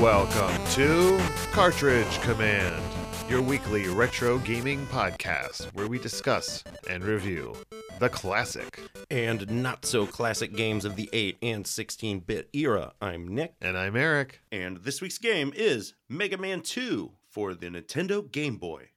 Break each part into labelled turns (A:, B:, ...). A: Welcome to Cartridge Command, your weekly retro gaming podcast where we discuss and review the classic.
B: and not so classic games of the 8 and 16 bit era. I'm Nick,
A: And I'm Eric.
B: and this week's game is Mega Man 2 for the Nintendo Game Boy.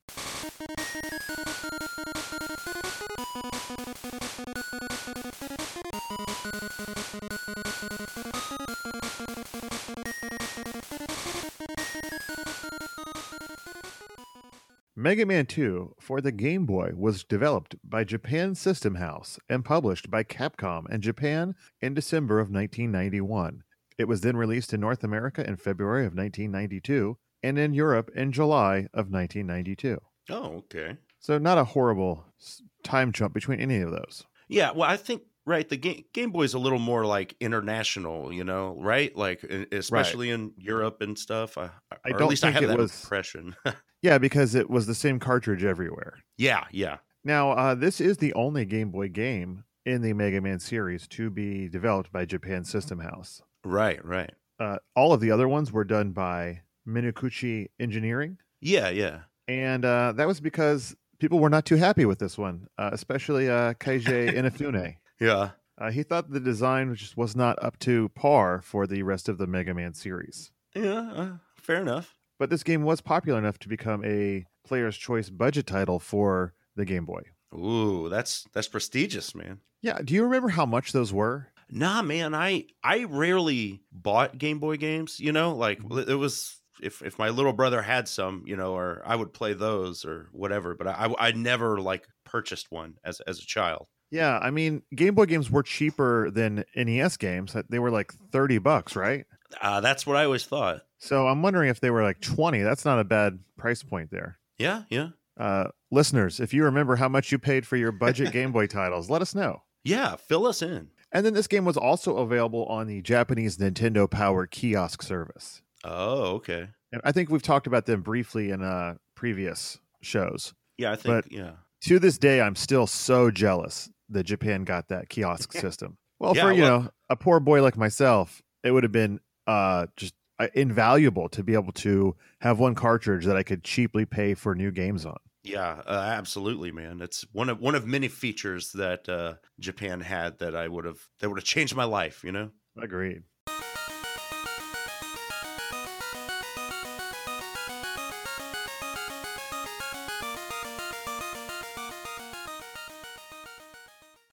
A: Mega Man 2 for the Game Boy was developed by Japan System House and published by Capcom and Japan in December of 1991. It was then released in North America in February of 1992 and in Europe in July of 1992.
B: Oh, okay.
A: So, not a horrible s- time jump between any of those.
B: Yeah, well, I think right the game Game Boy's a little more like international, you know, right? Like e- especially in Europe and stuff. I, I, or
A: don't
B: at least I
A: think
B: have
A: it
B: that
A: was-
B: impression.
A: Yeah, because it was the same cartridge everywhere.
B: yeah, yeah.
A: Now, uh, this is the only Game Boy game in the Mega Man series to be developed by Japan System House.
B: Right, right.
A: Uh, all of the other ones were done by Minoguchi Engineering,
B: Yeah, yeah.
A: and uh, that was because people were not too happy with this one, uh, especially uh, Kaije Inafune.
B: Yeah.
A: Uh, he thought the design just was not up to par for the rest of the Mega Man series.
B: Yeah, uh, fair enough.
A: But this game was popular enough to become a player's choice budget title for the Game Boy.
B: Ooh, that's that's prestigious, man.
A: Yeah, do you remember how much those were?
B: Nah, man, I I rarely bought Game Boy games. You know, like l- it was if if my little brother had some, you know, or I would play those or whatever. But I I, I never like purchased one as as a child.
A: Yeah, I mean, Game Boy games were cheaper than NES games. uh, They were like 30 bucks, right?
B: Uh, that's what I always thought.
A: So I'm wondering if they were like 20. That's not a bad price point there.
B: Yeah, yeah,
A: Uh, listeners, if you remember how much you paid for your budget Game Boy titles, let us know.
B: yeah. Fill us in.
A: And then this game was also available on the Japanese Nintendo Power kiosk service.
B: Oh, okay.
A: And I think we've talked about them briefly in uh, previous shows.
B: Yeah, I think
A: But-
B: yeah.
A: to this day i'm still so jealous that japan got that kiosk system well
B: Yeah,
A: for you
B: well-
A: know a poor boy like myself it would have been uh just uh, invaluable to be able to have one cartridge that i could cheaply pay for new games on
B: Yeah, uh, absolutely, man. It's one of one of many features that uh, Japan had that I would have that would have changed my life. You know.
A: agreed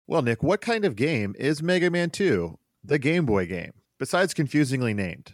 A: well nick what kind of game is mega man 2 the game boy game besides confusingly named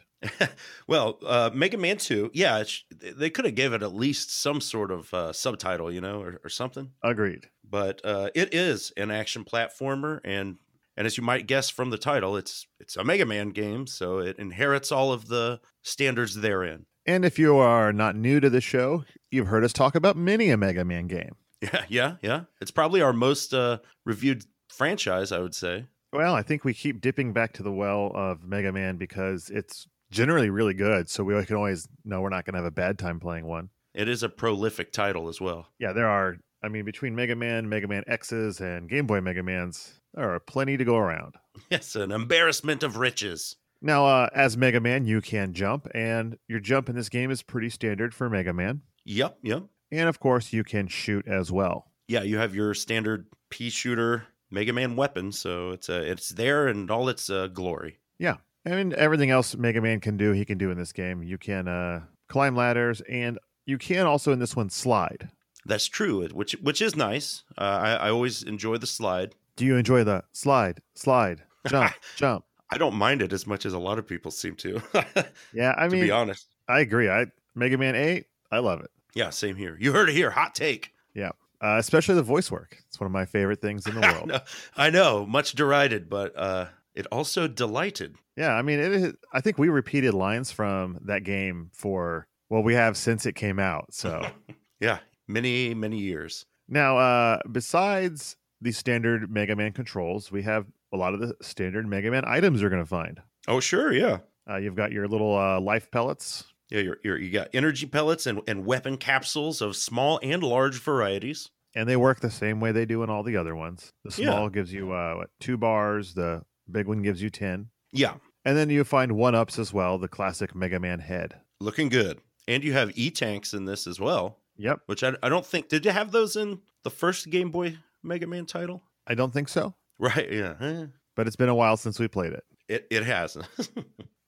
B: Well, uh, Mega Man Two, yeah, it sh- they could have gave it at least some sort of uh, subtitle, you know, or, or something.
A: agreed
B: But uh, it is an action platformer, and and as you might guess from the title, it's it's a Mega Man game, so it inherits all of the standards therein.
A: And if you are not new to the show, you've heard us talk about many a Mega Man game.
B: Yeah, yeah, yeah. It's probably our most uh, reviewed franchise, I would say.
A: Well, I think we keep dipping back to the well of Mega Man because it's generally really good. So we can always know we're not going to have a bad time playing one.
B: It is a prolific title as well.
A: Yeah, there are, I mean, between Mega Man, Mega Man X's, and Game Boy Mega Mans, there are plenty to go around.
B: It's an embarrassment of riches.
A: Now, uh, as Mega Man, you can jump, and your jump in this game is pretty standard for Mega Man.
B: Yep, yep.
A: And of course, you can shoot as well.
B: yeah, you have your standard pea shooter Mega Man weapon, so it's uh, it's there and all its uh, glory.
A: I mean, everything else Mega Man can do, he can do in this game. You can uh, climb ladders, and you can also in this one slide.
B: That's true, it- which which is nice. Uh, I, I always enjoy the slide.
A: Do you enjoy the slide, slide, jump, jump?
B: I don't mind it as much as a lot of people seem to. to
A: Yeah, I
B: be
A: mean,
B: honest,
A: I agree. I Mega Man Eight, I love it,
B: yeah, same here. You heard it here. Hot take.
A: uh, especially the voice work. It's one of my favorite things in the
B: I
A: world.
B: know, I know, much derided, but uh, it also delighted.
A: Yeah, I mean, it is. I think we repeated lines from that game for well, we have since it came out. So
B: yeah, many many years.
A: now, uh, besides the standard Mega Man controls, we have a lot of the standard Mega Man items you're going to find.
B: Oh sure, yeah,
A: Uh, you've got your little uh, life pellets.
B: yeah. You're, you're, you got energy pellets and, and weapon capsules of small and large varieties.
A: and they work the same way they do in all the other ones. The
B: Yeah.
A: small gives you uh, what, two bars. The big one gives you ten.
B: Yeah,
A: And then you find one ups as well, the classic Mega Man head.
B: Looking good. And you have E tanks in this as well,
A: Yep.
B: which I, I don't think. Did you have those in the first Game Boy Mega Man title?
A: I don't think so,
B: Right. Yeah. eh,
A: but it's been a while since we played it.
B: It, it has.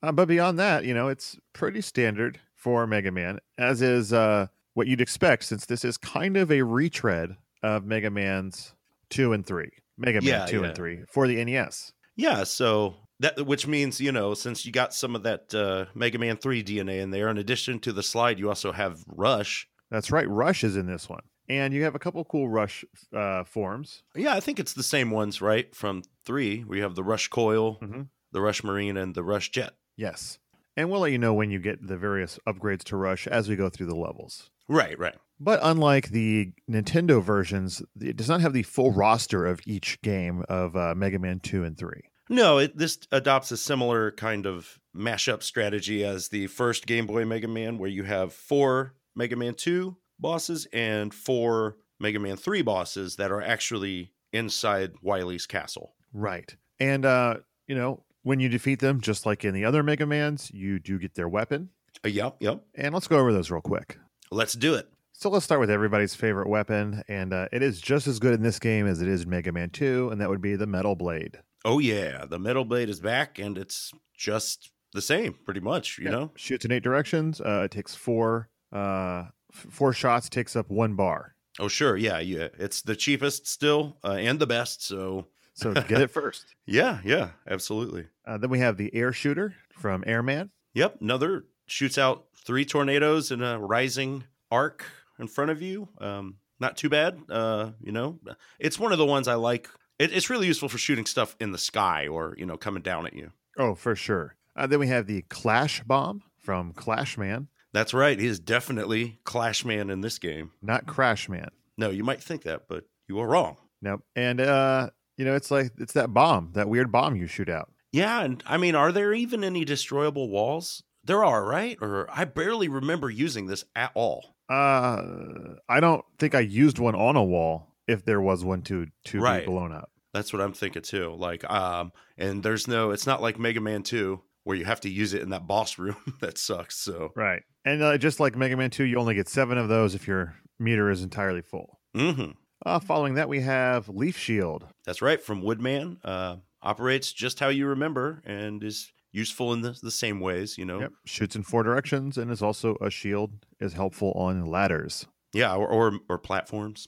A: Uh, but beyond that, you know, it's pretty standard for Mega Man, as is uh, what you'd expect, since this is kind of a retread of Mega Man's two and three, Mega
B: Yeah,
A: Man two
B: yeah.
A: and three for the E NES.
B: yeah. So that, which means, you know, since you got some of that uh, Mega Man 3 DNA in there, in addition to the slide, you also have Rush.
A: That's right, Rush is in this one, and you have a couple cool Rush uh, forms.
B: Yeah, I think it's the same ones, right? From three, we have the Rush Coil,
A: Mhm.
B: the Rush Marine, and the Rush Jet.
A: Yes, and we'll let you know when you get the various upgrades to Rush as we go through the levels.
B: Right, right.
A: But unlike the Nintendo versions, it does not have the full roster of each game of uh, Mega Man 2 and 3.
B: No, it, this adopts a similar kind of mashup strategy as the first Game Boy Mega Man, where you have four Mega Man 2 bosses and four Mega Man 3 bosses that are actually inside Wily's castle.
A: Right. And, uh, you know, when you defeat them, just like in the other Mega Mans, you do get their weapon.
B: Uh, yep, yep.
A: And let's go over those real quick.
B: Let's do it.
A: So let's start with everybody's favorite weapon. And uh, it is just as good in this game as it is in Mega Man 2, and that would be the Metal Blade.
B: Oh, yeah. The Metal Blade is back, and it's just the same, pretty much, you
A: Yeah.
B: know?
A: Shoots in eight directions. Uh, it takes four, uh, f- four shots, takes up one bar.
B: Oh, sure. Yeah, yeah. It's the cheapest still uh, and the best. So,
A: So get it first.
B: yeah, yeah, absolutely.
A: Uh, then we have the Air Shooter from Airman.
B: Yep. Another shoots out three tornadoes in a rising arc in front of you. Um, not too bad. Uh, you know, it's one of the ones I like. It, it's really useful for shooting stuff in the sky or, you know, coming down at you.
A: Oh, for sure. Uh, then we have the Clash Bomb from Clash Man,
B: That's right. He is definitely Clash Man in this game.
A: not Crash Man.
B: No, you might think that, but you are wrong.
A: Nope. And uh, you know, it's like it's that bomb, that weird bomb you shoot out.
B: Yeah, and I mean, are there even any destroyable walls? There are, right? Or I barely remember using this at all.
A: Uh, I don't think I used one on a wall. If there was one to to
B: Right.
A: be blown up,
B: That's what I'm thinking too. Like, um, and there's no, it's not like Mega Man 2 where you have to use it in that boss room. that sucks. So,
A: right? And uh, just like Mega Man Two, you only get seven of those if your meter is entirely full.
B: hmm
A: Uh, following that, we have Leaf Shield.
B: that's right. From Woodman, uh, operates just how you remember and is useful in the, the same ways, you know?
A: Yep. Shoots in four directions and is also a shield. Is helpful on ladders.
B: Yeah. Or, or, or platforms.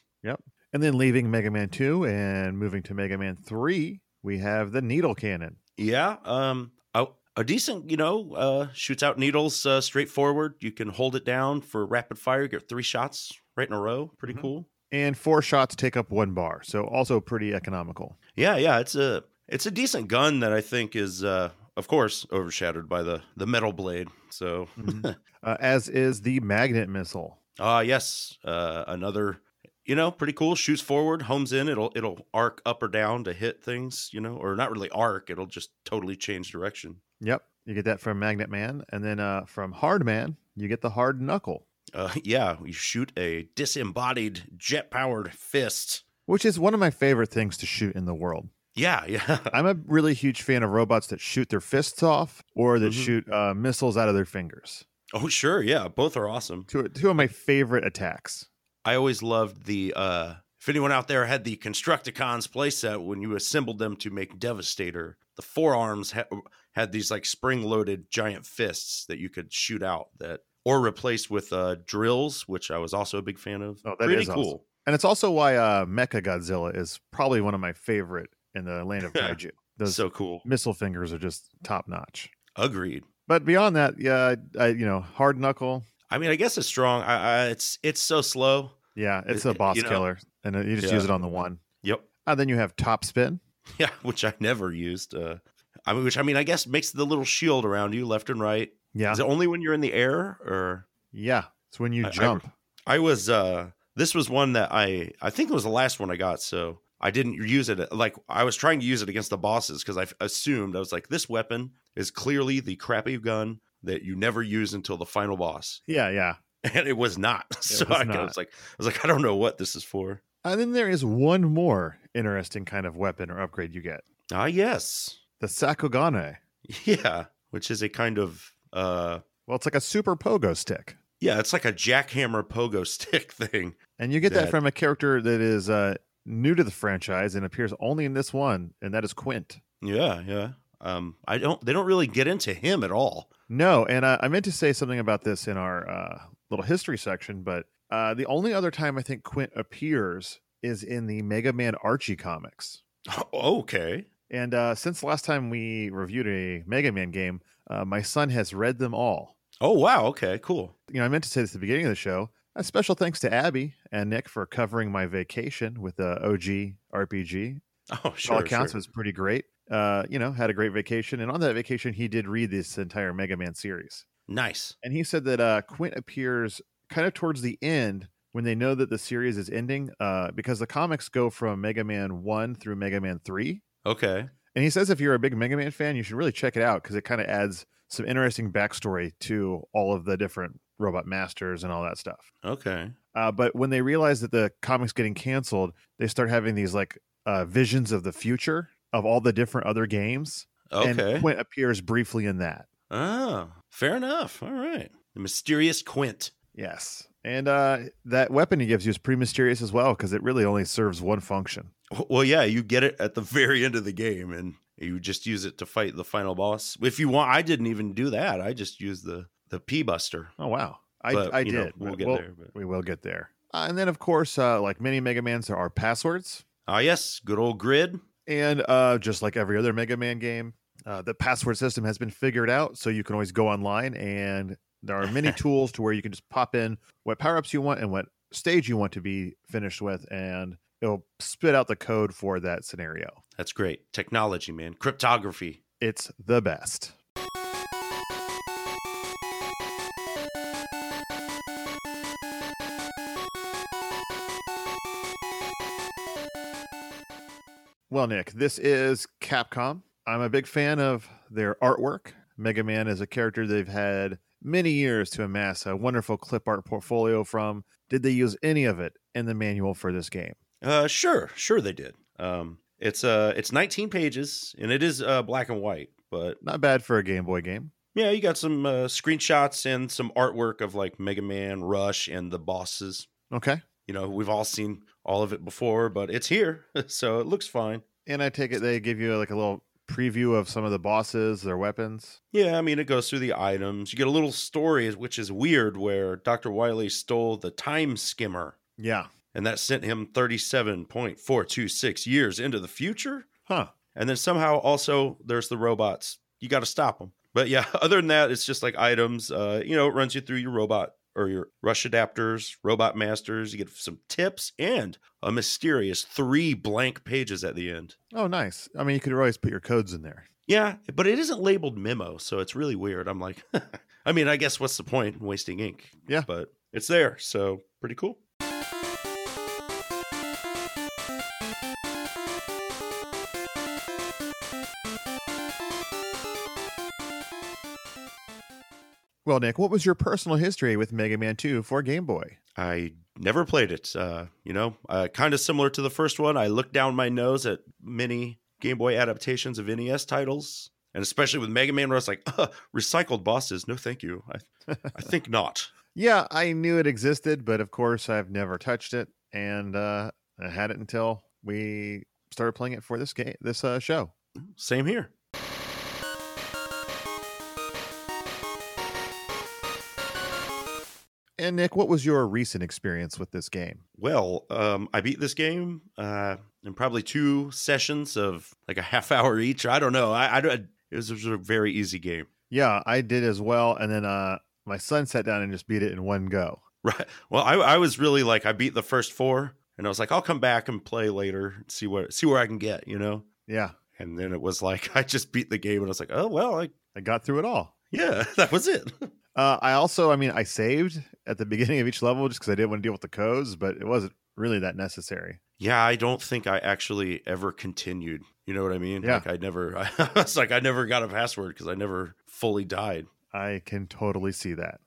A: And then leaving Mega Man 2 and moving to Mega Man 3, we have the needle cannon.
B: Yeah. Um. A, a decent, you know, uh, shoots out needles. Uh, straightforward. You can hold it down for rapid fire. Get three shots right in a row. Pretty
A: Mhm.
B: cool.
A: And four shots take up one bar, so also pretty economical.
B: Yeah. Yeah. It's a it's a decent gun that I think is, uh, of course, overshadowed by the the metal blade. So,
A: uh, as is the magnet missile.
B: ah, yes. Uh, another. You know, pretty cool. Shoots forward, homes in. It'll it'll arc up or down to hit things. You know, or not really arc. It'll just totally change direction.
A: Yep, you get that from Magnet Man. And then uh, from Hard Man, you get the hard knuckle,
B: Uh, yeah, you shoot a disembodied jet powered fist
A: which is one of my favorite things to shoot in the world.
B: Yeah, yeah.
A: I'm a really huge fan of robots that shoot their fists off or that
B: Mhm.
A: shoot uh, missiles out of their fingers.
B: Oh, sure. Yeah, both are awesome.
A: Two, two of my favorite attacks.
B: I always loved the. uh If anyone out there had the Constructicons playset when you assembled them to make Devastator, the forearms ha- had these like spring-loaded giant fists that you could shoot out that or replace with uh drills, which I was also a big fan of.
A: Oh, that
B: Pretty
A: is awesome.
B: cool.
A: And it's also why uh, Mecha Godzilla is probably one of my favorite in the land of kaiju. Those
B: So cool.
A: missile fingers are just top notch.
B: Agreed.
A: But beyond that, yeah, I, you know, hard knuckle.
B: I mean, I guess it's strong. I, I it's it's so slow.
A: Yeah, it's
B: Y-
A: a boss
B: you know,
A: killer, and uh, you just
B: yeah.
A: use it on the one.
B: Yep.
A: And then you have top spin.
B: Yeah, which I never used. Uh, I mean, which I mean, I guess makes the little shield around you, left and right.
A: Yeah,
B: Is it only when you're in the air or
A: yeah. It's when you
B: I- I-
A: jump.
B: I was uh this was one that I I think it was the last one I got so I didn't use it like I was trying to use it against the bosses cuz I assumed I was like this weapon is clearly the crappy gun that you never use until the final boss
A: yeah, yeah.
B: and it was not so
A: was
B: I,
A: not.
B: was like I was like I don't know what this is for
A: And then there is one more interesting kind of weapon or upgrade you get:
B: Ah yes
A: the Sakugane.
B: Yeah, which is a kind of uh
A: Well, it's like a super pogo stick.
B: yeah, it's like a jackhammer pogo stick thing.
A: And you get that,
B: That-
A: from a character that is uh, new to the franchise and appears only in this one, and that is Quint.
B: Yeah, yeah. Um I don't they don't really get into him at all.
A: No, and uh, I meant to say something about this in our uh, little history section, but uh, the only other time I think Quint appears is in the Mega Man Archie comics.
B: okay.
A: And uh, since last time we reviewed a Mega Man game, uh, my son has read them all.
B: Oh wow, okay, cool.
A: You know, I meant to say this at the beginning of the show. A special thanks to Abby and Nick for covering my vacation with the OG RPG
B: Oh
A: by
B: sure.
A: all accounts
B: sure.
A: was pretty great. Uh, you know, had a great vacation, and on that vacation, he did read this entire Mega Man series,
B: nice.
A: and he said that uh, Quint appears kind of towards the end when they know that the series is ending, uh, because the comics go from Mega Man one through Mega Man three,
B: Okay.
A: and he says if you're a big Mega Man fan, you should really check it out because it kind of adds some interesting backstory to all of the different robot masters and all that stuff.
B: Okay.
A: Uh, but when they realize that the comic's getting canceled, they start having these like uh, visions of the future of all the different other games.
B: Okay.
A: And Quint appears briefly in that.
B: oh, fair enough. All right. The mysterious Quint.
A: Yes. And uh, that weapon he gives you is pretty mysterious as well because it really only serves one function.
B: W- Well, yeah, you get it at the very end of the game, and you just use it to fight the final boss. If you want, I didn't even do that. I just used the the P Buster.
A: Oh, wow. I,
B: But,
A: I
B: you
A: did.
B: know,
A: but
B: we'll get there. But.
A: We will get there. Uh, and then, of course, uh, like many Mega Mans, there are passwords.
B: Ah, yes, good old grid.
A: And uh, just like every other Mega Man game, uh, the password system has been figured out, so you can always go online and there are many tools to where you can just pop in what power ups you want and what stage you want to be finished with, and it'll spit out the code for that scenario.
B: That's great technology, man. Cryptography.
A: It's the best. Well, Nick, this is Capcom. I'm a big fan of their artwork. Mega Man is a character they've had many years to amass a wonderful clip art portfolio from. Did they use any of it in the manual for this game?
B: Uh, sure, sure they did. Um, it's uh, it's 19 pages, and it is uh, black and white, but
A: Not bad for a Game Boy game.
B: yeah, you got some uh, screenshots and some artwork of like Mega Man, Rush, and the bosses.
A: Okay.
B: You know, we've all seen all of it before, but it's here, so it looks fine.
A: And I take it they give you like a little preview of some of the bosses, their weapons.
B: Yeah, I mean, it goes through the items. You get a little story, which is weird, where Dr. Wiley stole the time skimmer,
A: Yeah.
B: and that sent him 37.426 years into the future.
A: Huh.
B: And then somehow also there's the robots. You got to stop them. But yeah, other than that, it's just like items. Uh, you know, it runs you through your robot or your rush adapters, robot masters. You get some tips and a mysterious three blank pages at the end.
A: Oh, nice. I mean, you could always put your codes in there.
B: Yeah, but it isn't labeled memo, so it's really weird. I'm like, I mean, I guess what's the point in wasting ink?
A: Yeah.
B: But it's there, so pretty cool.
A: Well, Nick, what was your personal history with Mega Man 2 for Game Boy?
B: I never played it. Uh, you know, uh, kind of similar to the first one. I looked down my nose at many Game Boy adaptations of NES titles, and especially with Mega Man, where I was like, uh, recycled bosses. No, thank you. I, I think not.
A: Yeah, I knew it existed, but of course I've never touched it, and uh, I had it until we started playing it for this game, this uh, show.
B: Same here.
A: And Nick, what was your recent experience with this game?
B: Well, um, I beat this game uh, in probably two sessions of like a half hour each. I don't know. I, I don't- it was, it was a very easy game.
A: Yeah, I did as well, and then uh, my son sat down and just beat it in one go.
B: Right. Well, I, I was really like I beat the first four, and I was like, I'll come back and play later, and see where see where I can get. You know.
A: Yeah,
B: And then it was like I just beat the game, and I was like, oh well, I,
A: I got through it all.
B: yeah, that was it.
A: Uh, I also, I mean, I saved at the beginning of each level just because I didn't want to deal with the codes, but it wasn't really that necessary.
B: yeah, I don't think I actually ever continued. You know what I mean?
A: Yeah.
B: Like I never. I was like I never got a password because I never fully died.
A: I can totally see that.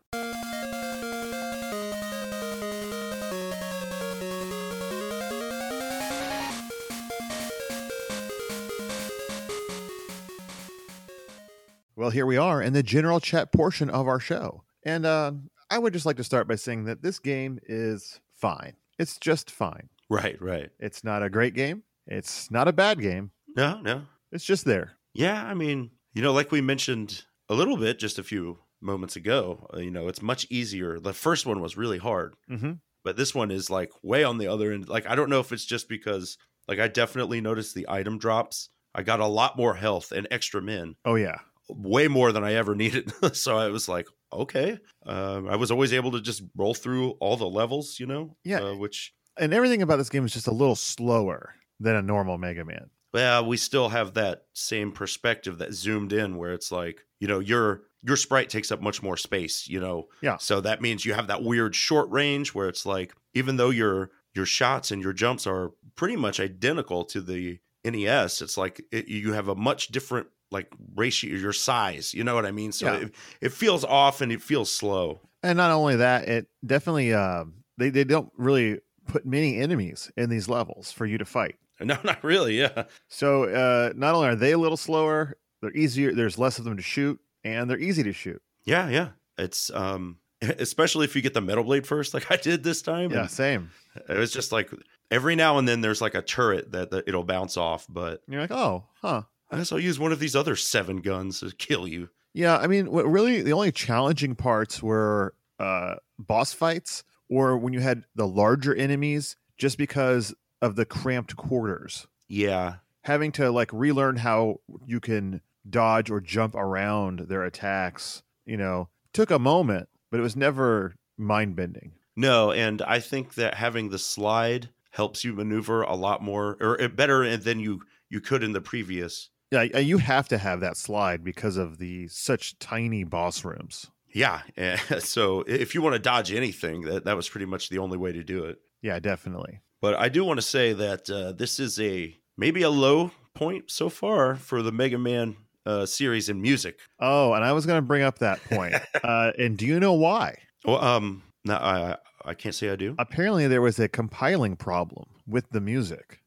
A: Well, here we are in the general chat portion of our show. And uh, I would just like to start by saying that this game is fine. It's just fine.
B: Right, right.
A: It's not a great game. It's not a bad game.
B: No, no.
A: It's just there.
B: Yeah, I mean, you know, like we mentioned a little bit just a few moments ago, uh, you know, it's much easier. The first one was really hard,
A: Mm-hmm.
B: but this one is like way on the other end. Like, I don't know if it's just because, like, I definitely noticed the item drops. I got a lot more health and extra men,
A: Oh, yeah.
B: way more than I ever needed. so I was like, okay. Um, I was always able to just roll through all the levels, you know?
A: Yeah.
B: Uh, which
A: And everything about this game is just a little slower than a normal Mega Man.
B: well we still have that same perspective that zoomed in where it's like you know your your sprite takes up much more space you know
A: Yeah.
B: so that means you have that weird short range where it's like even though your your shots and your jumps are pretty much identical to the nes it's like it, you have a much different like ratio your size you know what i mean so
A: Yeah.
B: it, it feels off and it feels slow
A: And not only that, it definitely, uh, they, they don't really put many enemies in these levels for you to fight.
B: no not really yeah
A: So uh, not only are they a little slower, they're easier. There's less of them to shoot, and they're easy to shoot.
B: yeah yeah it's um especially if you get the metal blade first like i did this time and
A: Yeah, same.
B: It was just like every now and then there's like a turret that, that it'll bounce off, but
A: And you're like, oh, huh.
B: I guess I'll use one of these other seven guns to kill you.
A: Yeah, I mean, what really the only challenging parts were uh, boss fights or when you had the larger enemies just because of the cramped quarters.
B: Yeah.
A: Having to like relearn how you can dodge or jump around their attacks, you know, took a moment, but it was never mind bending.
B: No, and I think that having the slide helps you maneuver a lot more or uh, better than you you could in the previous.
A: Yeah, y- uh, you have to have that slide because of the such tiny boss rooms.
B: Yeah. eh, So i- if you want to dodge anything, that, that was pretty much the only way to do it.
A: Yeah, definitely.
B: But I do want to say that uh, this is a maybe a low point so far for the Mega Man uh, series in music.
A: Oh, and I was going to bring up that point. uh, and do you know why?
B: Well, um, no, I I can't say I do.
A: apparently there was a compiling problem with the music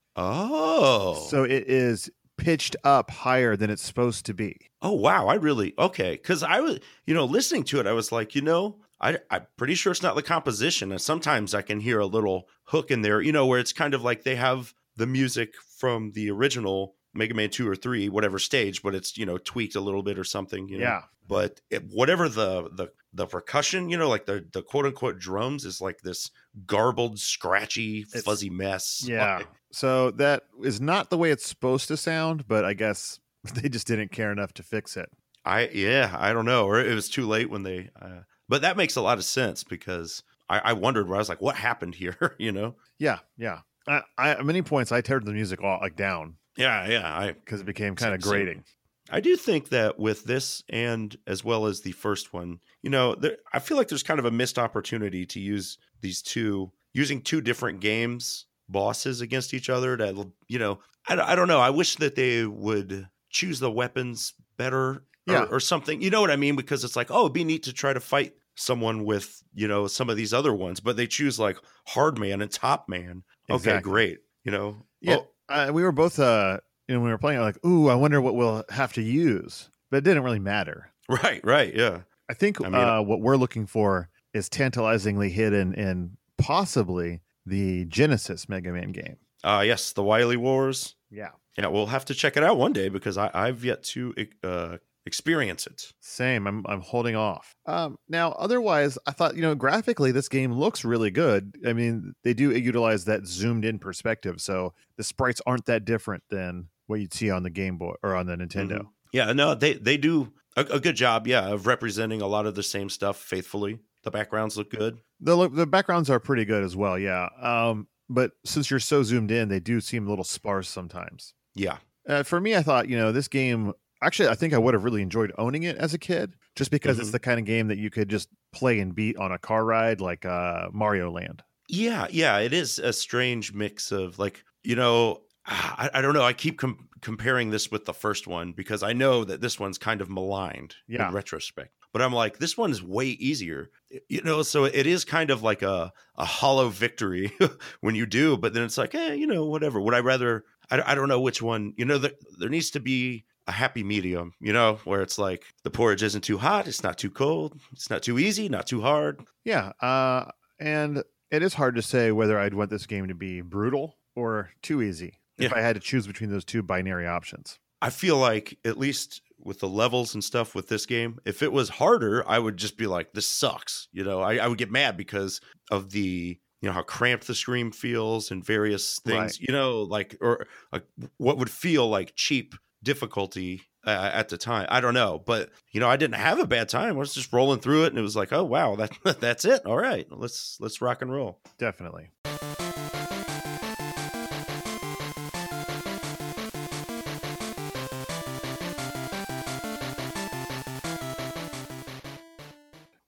B: Oh.
A: so it is pitched up higher than it's supposed to be
B: oh wow, I really okay cuz I was you know listening to it I was like, you know, I I'm pretty sure it's not the composition and sometimes I can hear a little hook in there, you know, where it's kind of like they have the music from the original Mega Man 2 or 3 whatever stage, but it's, you know, tweaked a little bit or something, you know. But it, whatever the the the percussion, you know, like the the quote-unquote drums is like this garbled, scratchy,
A: It's-
B: fuzzy mess.
A: yeah
B: Like,
A: so that is not the way it's supposed to sound but i guess they just didn't care enough to fix it
B: I yeah, I don't know, or it was too late when they. Uh, but that makes a lot of sense because I, I wondered where I was like, what happened here? you know?
A: yeah yeah I, I at many points i teared the music all like down
B: Yeah, yeah. I
A: because it became kind of
B: Same, Oh. same.
A: grating
B: I do think that with this and as well as the first one, you know, there, I feel like there's kind of a missed opportunity to use these two using two different games bosses against each other to you know I, I don't know i wish that they would choose the weapons better or,
A: Yeah.
B: or something you know what i mean because it's like oh it'd be neat to try to fight someone with you know some of these other ones but they choose like hard man and top man okay
A: Exactly.
B: great you know
A: Yeah.
B: Oh,
A: uh, we were both uh you know when we were playing like ooh i wonder what we'll have to use but it didn't really matter
B: right right yeah
A: I think
B: I mean-
A: uh, what we're looking for is tantalizingly hidden in possibly the Genesis Mega Man game.
B: uh yes the wily wars
A: Yeah.
B: Yeah, we'll have to check it out one day because I, I've yet to uh, experience it.
A: Same. I'm, I'm holding off. Um, now, otherwise, I thought, you know, graphically, this game looks really good. I mean, they do utilize that zoomed in perspective. So the sprites aren't that different than what you'd see on the Game Boy or on the Nintendo.
B: Mhm. Yeah, no, they they do a, a good job. Yeah, of representing a lot of the same stuff faithfully. The backgrounds look good.
A: The, lo- the backgrounds are pretty good as well. Yeah. Um, but since you're so zoomed in, they do seem a little sparse sometimes.
B: Yeah,
A: uh, for me, I thought, you know, this game, actually, I think I would have really enjoyed owning it as a kid just because it's
B: Mhm.
A: the kind of game that you could just play and beat on a car ride like uh, Mario Land.
B: yeah, yeah. It is a strange mix of like you know. I, I don't know. I keep com- comparing this with the first one because I know that this one's kind of maligned
A: Yeah.
B: in retrospect. But I'm like, this one's way easier, you know. So it is kind of like a a hollow victory when you do, but then it's like, eh, you know, whatever. Would I rather? I, I don't know which one. You know, there, there needs to be a happy medium, you know, where it's like the porridge isn't too hot, it's not too cold, it's not too easy, not too hard.
A: Yeah, uh, and it is hard to say whether I'd want this game to be brutal or too easy. If
B: Yeah.
A: I had to choose between those two binary options,
B: I feel like at least with the levels and stuff with this game, if it was harder, I would just be like, this sucks. You know, I, I would get mad because of the you know how cramped the screen feels and various things. You know, like or like what would feel like cheap difficulty uh, at the time. I don't know, but you know, I didn't have a bad time. I was just rolling through it, and it was like, oh wow, that that's it. All right, let's let's rock and roll.
A: definitely.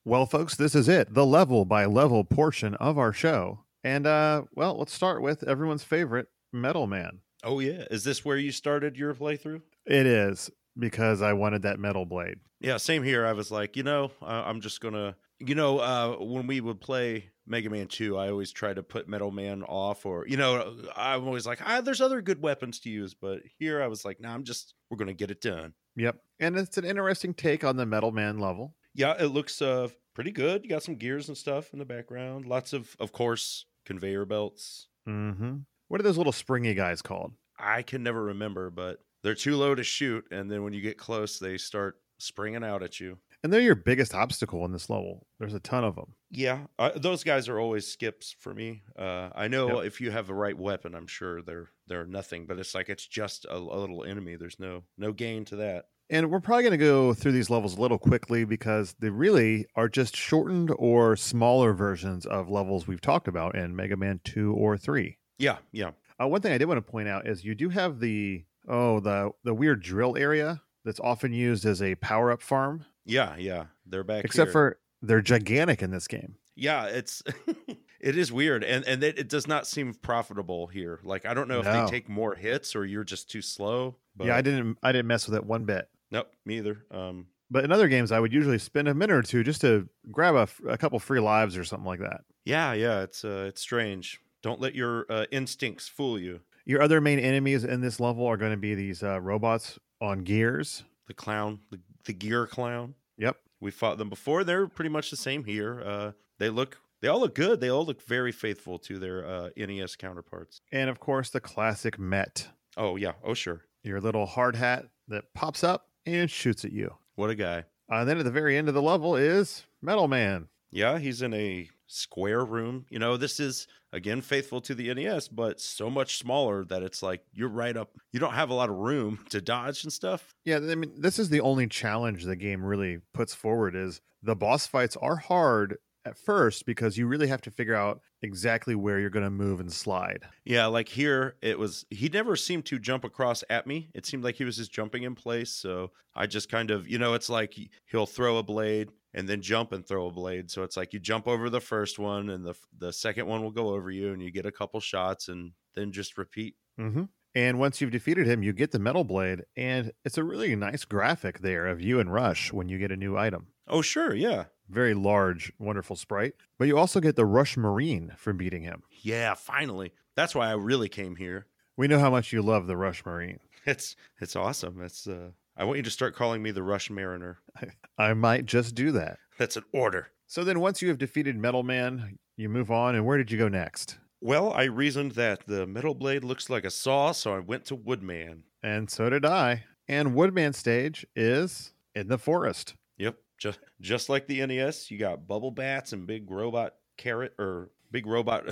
A: Well, folks, this is it, the level by level portion of our show. And, uh, well, let's start with everyone's favorite, Metal Man.
B: Oh yeah, is this where you started your playthrough?
A: It is because I wanted that metal blade.
B: Yeah, same here. I was like, you know, uh, I'm just gonna, you know, uh, when we would play Mega Man Two, I always try to put Metal Man off, or you know, I'm always like, ah, there's other good weapons to use, but here I was like, nah, I'm just, we're gonna get it done.
A: Yep. And it's an interesting take on the Metal Man level.
B: Yeah, it looks uh pretty good. You got some gears and stuff in the background. Lots of, of course, conveyor belts.
A: Mm-hmm. What are those little springy guys called?
B: I can never remember, but they're too low to shoot, and then when you get close, they start springing out at you.
A: And they're your biggest obstacle in this level. There's a ton of them.
B: Yeah, uh, those guys are always skips for me. Uh, I know if you have the right weapon, I'm sure they're they're nothing. But it's like it's just a, a little enemy. There's no no gain to that.
A: And we're probably going to go through these levels a little quickly because they really are just shortened or smaller versions of levels we've talked about in Mega Man 2 or 3.
B: Yeah, yeah,
A: Uh, one thing I did want to point out is you do have the oh the the weird drill area that's often used as a power up farm,
B: yeah, yeah. They're back.
A: except
B: here.
A: for they're gigantic in this game.
B: yeah, it's it is weird, and and it, it does not seem profitable here. Like I don't know if
A: No.
B: they take more hits or you're just too slow. But
A: yeah, I didn't I didn't mess with it one bit.
B: Nope, me either. Um,
A: But in other games, I would usually spend a minute or two just to grab a, f- a couple free lives or something like that.
B: yeah, yeah. It's uh, it's strange. Don't let your uh, instincts fool you.
A: Your other main enemies in this level are going to be these uh, robots on gears.
B: The clown, the, the gear clown.
A: Yep.
B: We fought them before. They're pretty much the same here. Uh, they look, they all look good. They all look very faithful to their uh, NES counterparts.
A: And of course, the classic Met,
B: Oh yeah, oh sure,
A: your little hard hat that pops up and shoots at you.
B: what a guy.
A: Uh, then at the very end of the level is Metal Man.
B: Yeah, he's in a square room. You know, this is again faithful to the NES, but so much smaller that it's like you're right up. You don't have a lot of room to dodge and stuff.
A: Yeah, I mean, this is the only challenge the game really puts forward is the boss fights are hard at first because you really have to figure out exactly where you're going to move and slide.
B: Yeah, like here it was he never seemed to jump across at me. It seemed like he was just jumping in place, so I just kind of, you know, it's like he'll throw a blade and then jump and throw a blade. So it's like you jump over the first one and the the second one will go over you and you get a couple shots and then just repeat.
A: Mm-hmm. And once you've defeated him, you get the metal blade, and it's a really nice graphic there of you and Rush when you get a new item.
B: Oh, sure, yeah.
A: Very large, wonderful sprite. But you also get the Rush Marine for beating him.
B: Yeah, finally. That's why I really came here.
A: We know how much you love the Rush Marine.
B: It's it's awesome. It's uh I want you to start calling me the Rush Mariner.
A: I might just do that.
B: That's an order.
A: So then, once you have defeated Metal Man, you move on. And where did you go next?
B: Well, I reasoned that the metal blade looks like a saw, so I went to Woodman.
A: And so did I. And Woodman stage is in the forest.
B: Yep. Just just like the NES, you got bubble bats and big robot carrot or big robot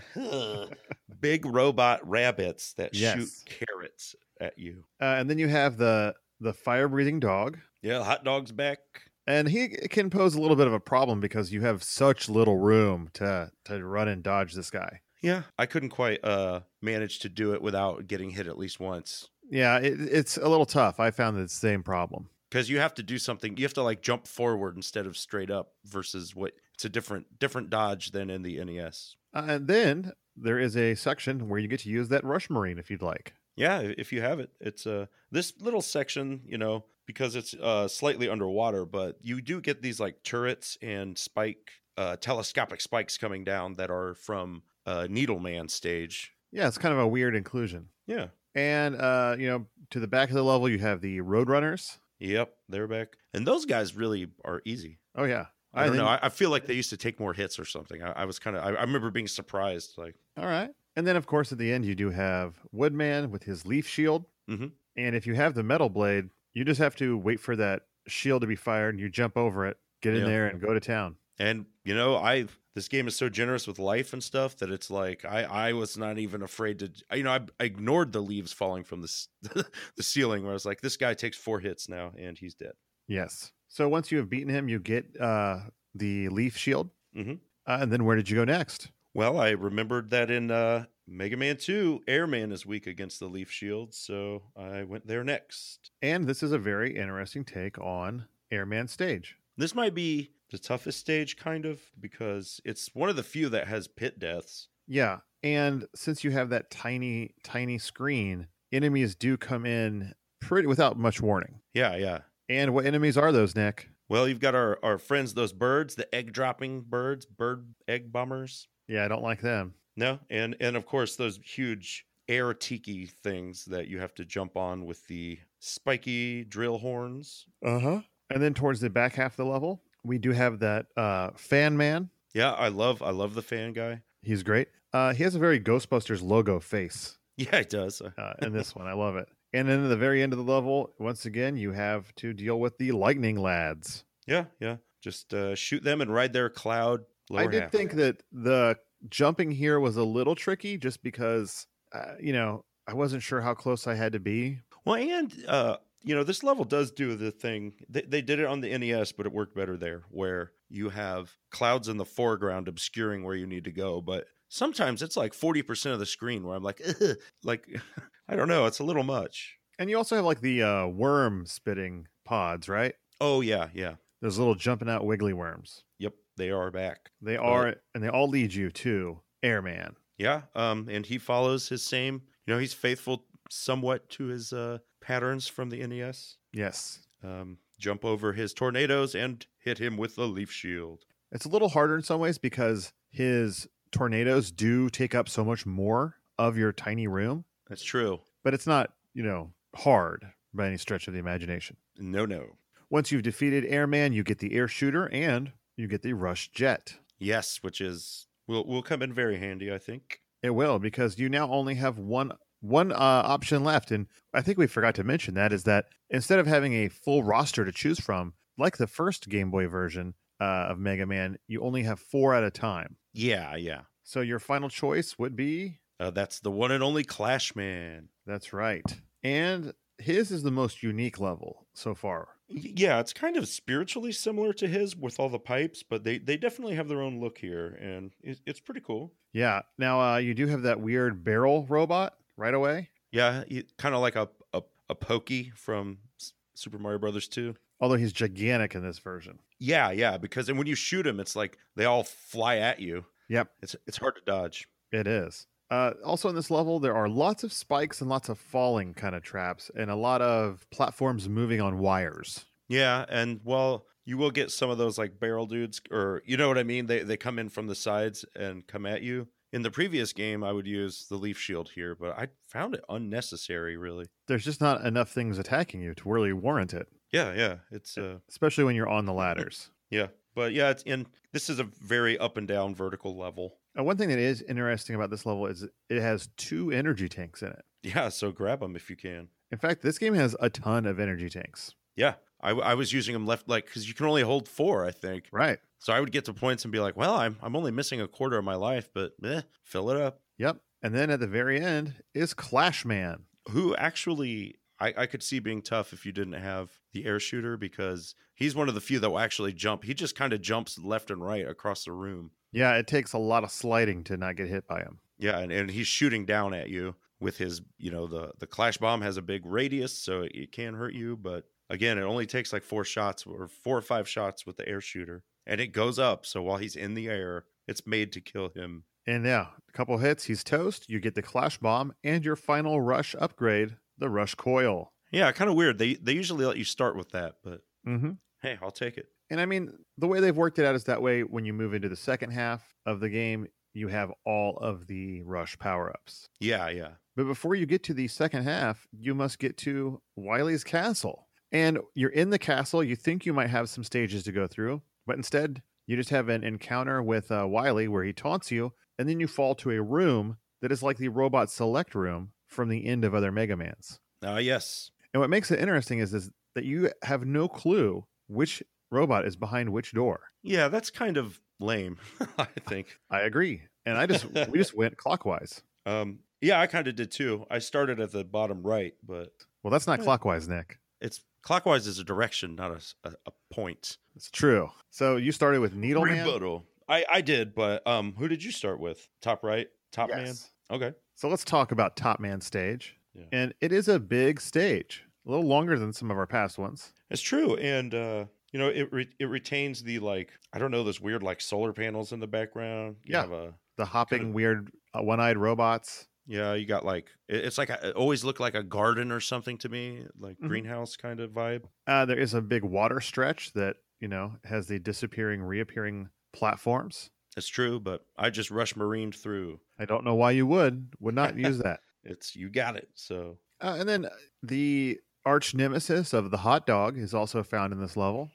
B: big robot rabbits that
A: Yes.
B: shoot carrots at you.
A: Uh, and then you have the the fire breathing dog,
B: Yeah, hot dogs back.
A: and he can pose a little bit of a problem because you have such little room to to run and dodge this guy.
B: Yeah, I couldn't quite uh manage to do it without getting hit at least once.
A: Yeah, it, it's a little tough. I found the same problem.
B: Because you have to do something, you have to like jump forward instead of straight up versus what it's a different different dodge than in the E NES.
A: Uh, and then there is a section where you get to use that rush marine if you'd like.
B: Yeah, i- if you have it, it's uh this little section, you know, because it's uh slightly underwater, but you do get these like turrets and spike uh telescopic spikes coming down that are from uh Needleman stage.
A: Yeah, it's kind of a weird inclusion.
B: Yeah.
A: And uh, you know, to the back of the level, you have the Roadrunners.
B: Yep, they're back, and those guys really are easy.
A: Oh yeah,
B: I, don't
A: think-
B: know. I, I feel like they used to take more hits or something. I, I was kind of. I, I remember being surprised. Like,
A: All right. And then, of course, at the end, you do have Woodman with his leaf shield.
B: Mhm.
A: And if you have the metal blade, you just have to wait for that shield to be fired. You jump over it, get in
B: Yeah.
A: there, and go to town.
B: and you know, I this game is so generous with life and stuff that it's like I I was not even afraid to. You know, I, I ignored the leaves falling from the s- the ceiling. Where I was like, this guy takes four hits now, and he's dead.
A: Yes. So once you have beaten him, you get uh, the leaf shield.
B: Mhm.
A: Uh, and then where did you go next?
B: Well, I remembered that in uh, Mega Man Two, Airman is weak against the leaf shield, so I went there next.
A: And this is a very interesting take on Airman Stage.
B: This might be the toughest stage, kind of, because it's one of the few that has pit deaths.
A: Yeah. And since you have that tiny, tiny screen, enemies do come in pretty without much warning.
B: Yeah, yeah.
A: And what enemies are those, Nick?
B: Well, you've got our, our friends, those birds, the egg dropping birds, bird egg bombers.
A: Yeah, I don't like them.
B: No, and and of course those huge air tiki things that you have to jump on with the spiky drill horns.
A: Uh huh. And then towards the back half of the level, we do have that uh, fan man.
B: Yeah, I love I love the fan guy.
A: He's great. Uh, he has a very Ghostbusters logo face
B: Yeah, it does.
A: uh, in this one. I love it. And then at the very end of the level, once again, you have to deal with the lightning lads.
B: Yeah, yeah. Just uh, shoot them and ride their cloud. Lower
A: I did
B: half.
A: think that the jumping here was a little tricky, just because uh, you know I wasn't sure how close I had to be.
B: Well, and uh, you know, this level does do the thing. They, they did it on the NES, but it worked better there, where you have clouds in the foreground obscuring where you need to go. But sometimes it's like forty percent of the screen where I'm like, "Ugh," like I don't know, it's a little much.
A: And you also have like the uh, worm spitting pods, right?
B: Oh yeah, yeah,
A: Those little jumping out wiggly worms.
B: yep, they are back.
A: They are, and they all lead you to Airman.
B: Yeah, um, and he follows his same. You know, he's faithful somewhat to his uh, patterns from the NES.
A: Yes.
B: Um, jump over his tornadoes and hit him with the leaf shield.
A: It's a little harder in some ways because his tornadoes do take up so much more of your tiny room,
B: That's true.
A: but it's not, you know, hard by any stretch of the imagination.
B: No, no.
A: Once you've defeated Airman, you get the air shooter and you get the rush jet.
B: Yes, which is will will come in very handy, I think.
A: It will because you now only have one one uh, option left and I think we forgot to mention that is that instead of having a full roster to choose from like the first Game Boy version uh, of Mega Man, you only have 4 at a time.
B: Yeah, yeah.
A: So your final choice would be
B: Uh, that's the one and only Clash Man.
A: That's right. And his is the most unique level so far.
B: Y- Yeah, it's kind of spiritually similar to his with all the pipes, but they they definitely have their own look here, and it, it's pretty cool.
A: Yeah. Now uh, you do have that weird barrel robot right away.
B: Yeah, kind of like a, a a pokey from S- Super Mario Brothers Two.
A: Although he's gigantic in this version.
B: Yeah, yeah. Because and when you shoot him, it's like they all fly at you.
A: Yep.
B: It's it's hard to dodge.
A: It is. Uh, also in this level, there are lots of spikes and lots of falling kind of traps, and a lot of platforms moving on wires.
B: Yeah, and well, you will get some of those like barrel dudes, or you know what I mean. They they come in from the sides and come at you. In the previous game, I would use the leaf shield here, but I found it unnecessary, really.
A: There's just not enough things attacking you to really warrant it,
B: Yeah, yeah, it's uh,
A: especially when you're on the ladders.
B: yeah, but yeah, it's in. This is a very up and down vertical level.
A: Uh, one thing that is interesting about this level is it has two energy tanks in it.
B: Yeah, so grab them if you can.
A: In fact, this game has a ton of energy tanks.
B: Yeah, I, w- I was using them left, like because you can only hold four, I think.
A: Right.
B: So I would get to points and be like, well, I'm I'm only missing a quarter of my life, but eh, fill it up.
A: Yep. And then at the very end is Clash Man.
B: who actually I, I could see being tough if you didn't have the air shooter because he's one of the few that will actually jump. He just kind of jumps left and right across the room.
A: Yeah, it takes a lot of sliding to not get hit by him.
B: Yeah, and, and he's shooting down at you with his, you know, the the clash bomb has a big radius, so it, it can hurt you. But again, it only takes like four shots or four or five shots with the air shooter, and it goes up. So while he's in the air, it's made to kill him.
A: And yeah, a couple hits, he's toast. You get the Clash Bomb and your final rush upgrade, the Rush Coil.
B: Yeah, kind of weird. They they usually let you start with that, but
A: Mm-hmm.
B: hey, I'll take it.
A: And I mean, the way they've worked it out is that way when you move into the second half of the game, you have all of the rush power ups.
B: Yeah, yeah.
A: But before you get to the second half, you must get to Wily's castle. And you're in the castle. You think you might have some stages to go through, but instead, you just have an encounter with uh, Wiley where he taunts you, and then you fall to a room that is like the robot select room from the end of other Mega Mans.
B: Ah, yes.
A: And what makes it interesting is, is that you have no clue which robot is behind which door.
B: Yeah, that's kind of lame, I think.
A: I agree. And I just we just went clockwise.
B: Um, yeah, I kind of did too. I started at the bottom right, but
A: Well, that's not
B: Yeah.
A: clockwise, Nick.
B: it's clockwise is a direction, not a, s- a- a point.
A: It's true. So you started with Needle Man.
B: Rebuttal. I, I did, but um, who did you start with? Top right, top
A: Yes.
B: man. Okay.
A: So let's talk about Top Man stage.
B: Yeah.
A: And it is a big stage, a little longer than some of our past ones.
B: It's true, and uh, you know it re- it retains the like I don't know those weird like solar panels in the background. You
A: Yeah.
B: have a
A: The hopping
B: Kinda-
A: weird uh, one-eyed robots.
B: yeah, you got like it- it's like a, it always looked like a garden or something to me, like
A: Mhm.
B: greenhouse kind of vibe.
A: Uh, there is a big water stretch that, you know, has the disappearing, reappearing platforms.
B: It's true, but I just rush marined through.
A: I don't know why you would would not use that.
B: It's you got it. So
A: Uh, and then uh, the arch nemesis of the hot dog is also found in this level.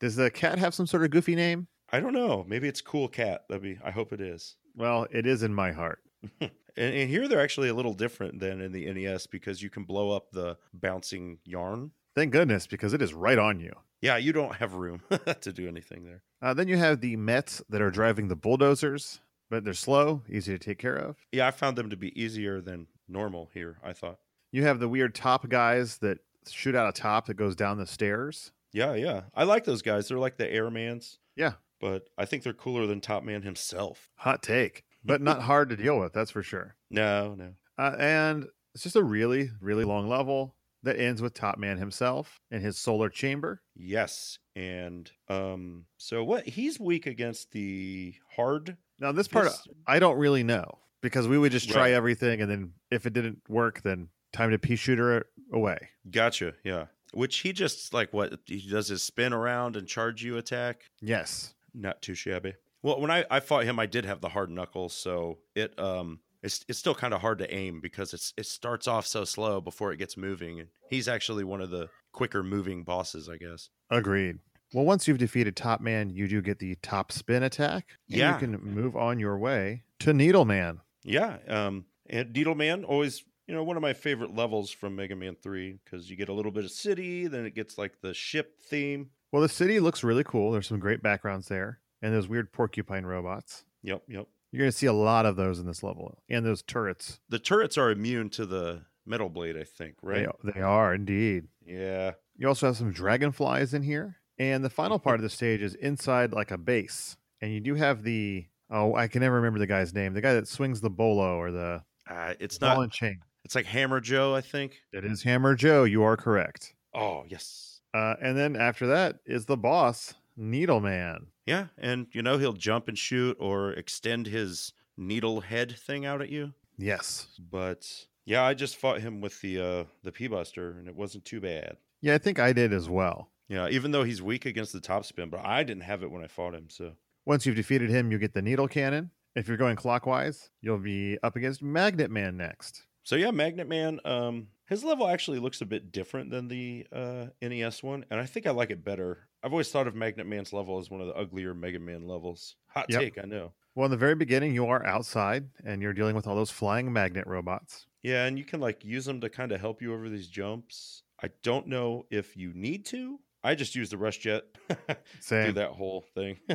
A: Does the cat have some sort of goofy name?
B: I don't know. Maybe it's cool cat. That'd be. I hope it is.
A: Well, it is in my heart.
B: And, and here they're actually a little different than in the NES because you can blow up the bouncing yarn.
A: Thank goodness, because it is right on you.
B: Yeah, you don't have room to do anything there.
A: Uh, then you have the Mets that are driving the bulldozers, but they're slow, easy to take care of.
B: Yeah, I found them to be easier than normal here, I thought.
A: You have the weird top guys that shoot out a top that goes down the stairs.
B: Yeah, yeah. I like those guys. They're like the airmans.
A: Yeah.
B: But I think they're cooler than Top Man himself.
A: Hot take, but not hard to deal with, that's for sure.
B: No, no.
A: Uh, and it's just a really, really long level that ends with Top Man himself in his solar chamber.
B: Yes. And um so what he's weak against the hard
A: Now, this part
B: fist-
A: I don't really know because we would just try
B: Right.
A: everything, and then if it didn't work, then time to pea shooter it away.
B: Gotcha, yeah. Which he just like what he does his spin around and charge you attack.
A: Yes.
B: Not too shabby. Well, when I, I fought him, I did have the hard knuckles, so it um it's it's still kind of hard to aim because it's it starts off so slow before it gets moving. And he's actually one of the quicker moving bosses, I guess.
A: Agreed. Well, once you've defeated Top Man, you do get the top spin attack. and
B: Yeah.
A: You can move on your way to Needle Man.
B: Yeah. Um, and Needle Man always, you know, one of my favorite levels from Mega Man 3 because you get a little bit of city, then it gets like the ship theme.
A: Well, the city looks really cool. There's some great backgrounds there, and those weird porcupine robots.
B: Yep. Yep.
A: You're going to see a lot of those in this level, and those turrets.
B: The turrets are immune to the metal blade, I think, right?
A: They, they are indeed.
B: Yeah.
A: You also have some dragonflies in here. And the final part of the stage is inside like a base. And you do have the oh, I can never remember the guy's name. The guy that swings the bolo or the
B: Uh, it's
A: ball
B: not,
A: and chain.
B: it's like Hammer Joe, I think.
A: It is Hammer Joe. You are correct.
B: Oh, yes.
A: Uh, and then after that is the boss, Needleman.
B: Yeah. And, you know, he'll jump and shoot or extend his needle head thing out at you.
A: Yes.
B: But yeah, I just fought him with the, uh, the P Buster and it wasn't too bad.
A: Yeah, I think I did as well.
B: Yeah, even though he's weak against the top spin, but I didn't have it when I fought him. So
A: Once you've defeated him, you get the needle cannon. If you're going clockwise, you'll be up against Magnet Man next.
B: so yeah, Magnet Man, um, his level actually looks a bit different than the uh, NES one, and I think I like it better. I've always thought of Magnet Man's level as one of the uglier Mega Man levels. Hot
A: Yep.
B: take, I know.
A: Well, in the very beginning, you are outside and you're dealing with all those flying magnet robots.
B: Yeah, and you can like use them to kind of help you over these jumps. I don't know if you need to. I just use the rush jet
A: Same.
B: through that whole thing.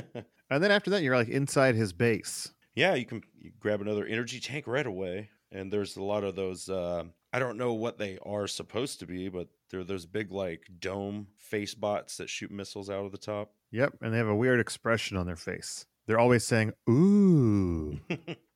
A: And then after that, you're like inside his base.
B: Yeah, you can you grab another energy tank right away. And there's a lot of those. Uh, I don't know what they are supposed to be, but they're those big like dome face bots that shoot missiles out of the top.
A: Yep. And they have a weird expression on their face. They're always saying, ooh.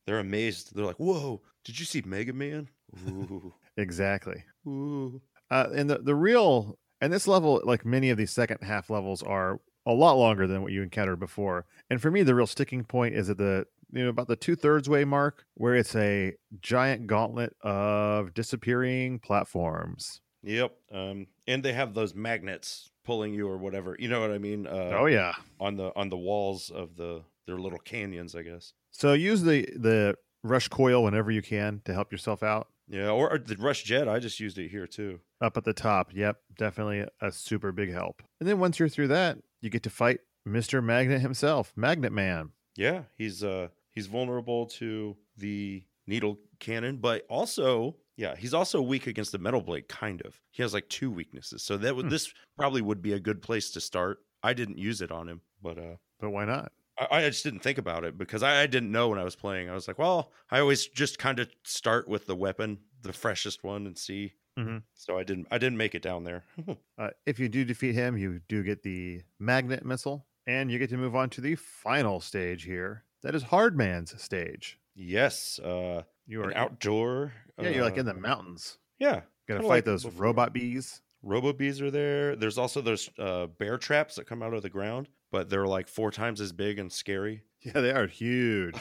B: they're amazed. They're like, "Whoa! Did you see Mega Man? Ooh,
A: exactly.
B: ooh,
A: Uh, and the, the real, and this level, like many of these second half levels, are a lot longer than what you encountered before. And for me, the real sticking point is at the, you know, about the two thirds way mark where it's a giant gauntlet of disappearing platforms.
B: yep." Um, and they have those magnets pulling you or whatever. You know what I mean? Uh,
A: yeah.
B: On the on the walls of the their little canyons, I guess.
A: So use the, the rush coil whenever you can to help yourself out.
B: Yeah, or, or the Rush Jet. I just used it here too.
A: Up at the top. Yep, definitely a super big help. And then once you're through that, you get to fight Mr. Magnet himself, Magnet Man.
B: Yeah, he's uh he's vulnerable to the needle cannon, but also yeah, he's also weak against the metal blade. Kind of, he has like two weaknesses. So that would
A: Hmm.
B: this probably would be a good place to start. I didn't use it on him, but uh,
A: But why not?
B: I, I just didn't think about it because I, I didn't know when I was playing. I was like, well, I always just kind of start with the weapon, the freshest one, and see.
A: Mhm.
B: So I didn't I didn't make it down there.
A: Uh, if you do defeat him, you do get the magnet missile, and you get to move on to the final stage here. That is Hardman's stage.
B: yes, uh,
A: You
B: an
A: are
B: outdoor.
A: yeah, you're like
B: uh,
A: in the mountains.
B: Yeah,
A: Got to
B: kinda
A: fight
B: like
A: those
B: before.
A: robot bees.
B: Robo bees are there. There's also those uh, bear traps that come out of the ground, but they're like four times as big and scary.
A: Yeah, they are huge.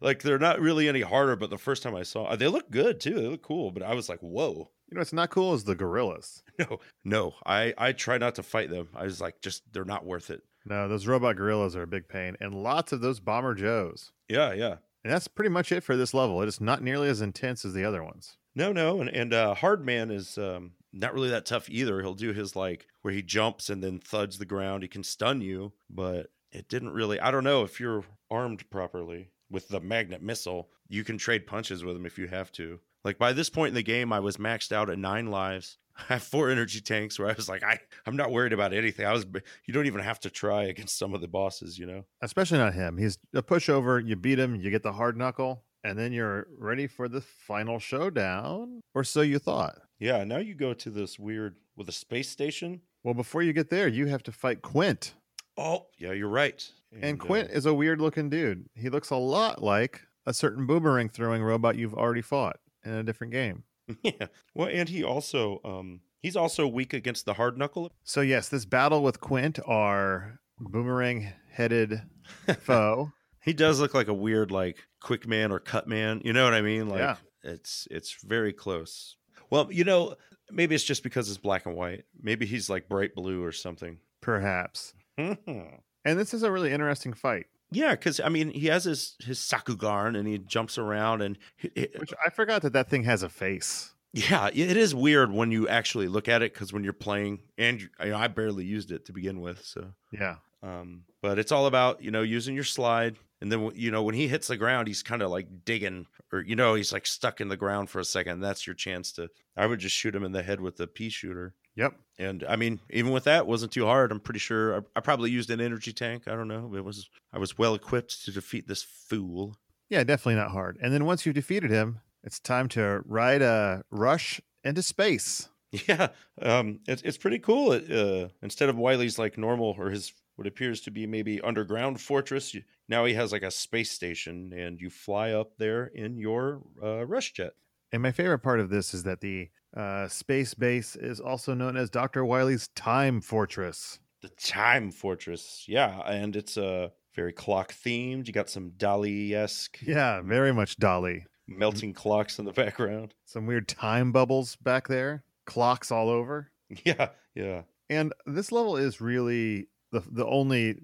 B: like they're not really any harder. But the first time I saw, uh, they look good too. They look cool. But I was like, whoa.
A: You know what's not cool is the gorillas.
B: No, no, I I try not to fight them. I was like, just they're not worth it.
A: No, those robot gorillas are a big pain, and lots of those bomber joes.
B: Yeah, yeah.
A: And that's pretty much it for this level. It is not nearly as intense as the other ones.
B: No, no, and and uh, Hardman is um, not really that tough either. He'll do his like where he jumps and then thuds the ground. He can stun you, but it didn't really. I don't know if you're armed properly with the magnet missile. You can trade punches with him if you have to. Like by this point in the game, I was maxed out at nine lives. I have four energy tanks where I was like, I I'm not worried about anything. I was you don't even have to try against some of the bosses, you know.
A: Especially not him. He's a pushover. You beat him, you get the hard knuckle, and then you're ready for the final showdown, or so you thought.
B: Yeah, now you go to this weird with a space station.
A: Well, before you get there, you have to fight Quint.
B: Oh, yeah, you're right.
A: And,
B: uh,
A: Quint is a weird looking dude. He looks a lot like a certain boomerang throwing robot you've already fought in a different game.
B: yeah. Well, and he also um he's also weak against the hard knuckle.
A: So, yes, this battle with Quint, our boomerang headed foe,
B: He does look like a weird like quick man or cut man. You know what I mean? Like
A: Yeah.
B: it's it's very close. Well, you know, maybe it's just because it's black and white. Maybe he's like bright blue or something.
A: perhaps.
B: Mm-hmm.
A: And this is a really interesting fight,
B: yeah, because I mean, he has his his sakugarn and he jumps around and he- he-
A: which I forgot that that thing has a face.
B: Yeah, it it is weird when you actually look at it because when you're playing, and you, you know, I barely used it to begin with, so.
A: Yeah.
B: Um, but it's all about you know using your slide, and then you know when he hits the ground, he's kind of like digging, or you know he's like stuck in the ground for a second. That's your chance to. I would just shoot him in the head with the pea shooter,
A: Yep.
B: and I mean even with that wasn't too hard. I'm pretty sure I, I probably used an energy tank. I don't know. It was I was well equipped to defeat this fool.
A: Yeah, definitely not hard. And then once you've defeated him, it's time to ride a rush into space.
B: Yeah, um, it's it's pretty cool. It, uh, instead of Wiley's like normal or his what appears to be maybe underground fortress, you, now he has like a space station, and you fly up there in your uh, rush jet.
A: And my favorite part of this is that the uh, space base is also known as Dr. Wily's Time Fortress.
B: The Time Fortress, yeah, and it's uh, very clock themed. You got some Dali esque
A: Yeah, very much Dolly.
B: melting clocks in the background.
A: Some weird time bubbles back there, clocks all over.
B: Yeah, yeah,
A: And this level is really the, the only